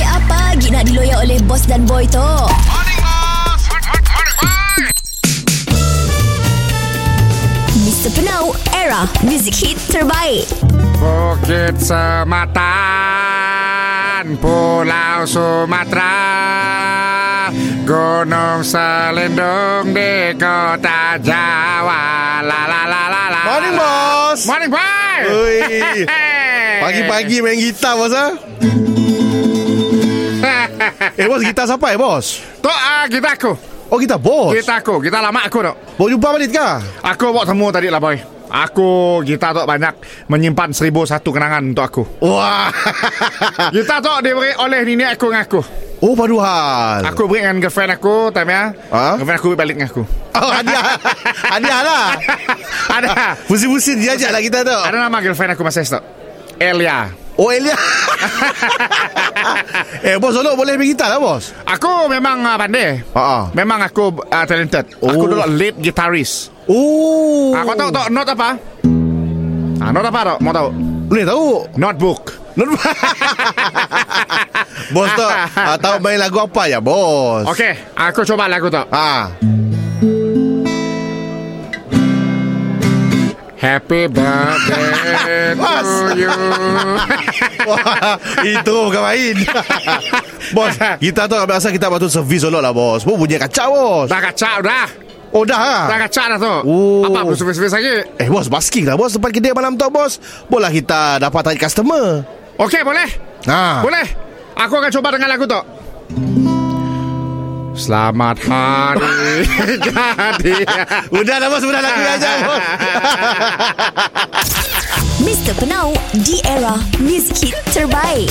lagi nak diloyak oleh bos dan boy tu? Mr. Penau, era music hit terbaik. Bukit Sematan Pulau Sumatera Gunung Selindung di kota Jawa La la la la la Morning, bos. Morning boy Ui. Pagi-pagi main gitar bos ah. Eh bos gitar siapa eh bos? Tok ah, kita aku Oh gitar bos. Kita aku Kita lama aku tok Bos jumpa balik ke? Aku buat semua tadi lah boy Aku kita tok banyak Menyimpan seribu satu kenangan untuk aku Wah. Kita tok diberi oleh nenek aku dengan aku oh padu hal. Aku beri dengan girlfriend aku Tamia Ha? Girlfriend aku balik dengan aku Oh hadiah. hadiah lah. Ada Pusing-pusing dia ajak lah kita tu. Ada nama girlfriend aku masa itu Elia Oh Elia. eh bos solo boleh main gitar lah bos. Aku memang uh, pandai Ha ah. Memang aku uh, talented Aku Oh. dulu lead guitarist Oh. Aku tahu tak note apa ah, Note apa tak? Mau tahu Boleh tahu. Notebook Nun- bos tu ah, tahu main lagu apa ya bos? Okay Aku cuba lagu tak Ah. Happy birthday Bos. to you Wah, itu bukan main. bos, ha. kita tu biasa kita patut servis lot lah bos. Bos bunyi kacau bos. Dah kacau dah Oh dah. ah. Dah kacau dah tu Oh. Apa aku servis-servis lagi Eh bos, basking lah bos tempat kedai malam tu bos. Boleh lah kita dapat tarik customer. Okay boleh Nah. Boleh? Aku akan cuba dengan lagu tu. Selamat hari jadi. Udah lah bos, udah lagu aja bos. Mr. Penau, di era music hit terbaik.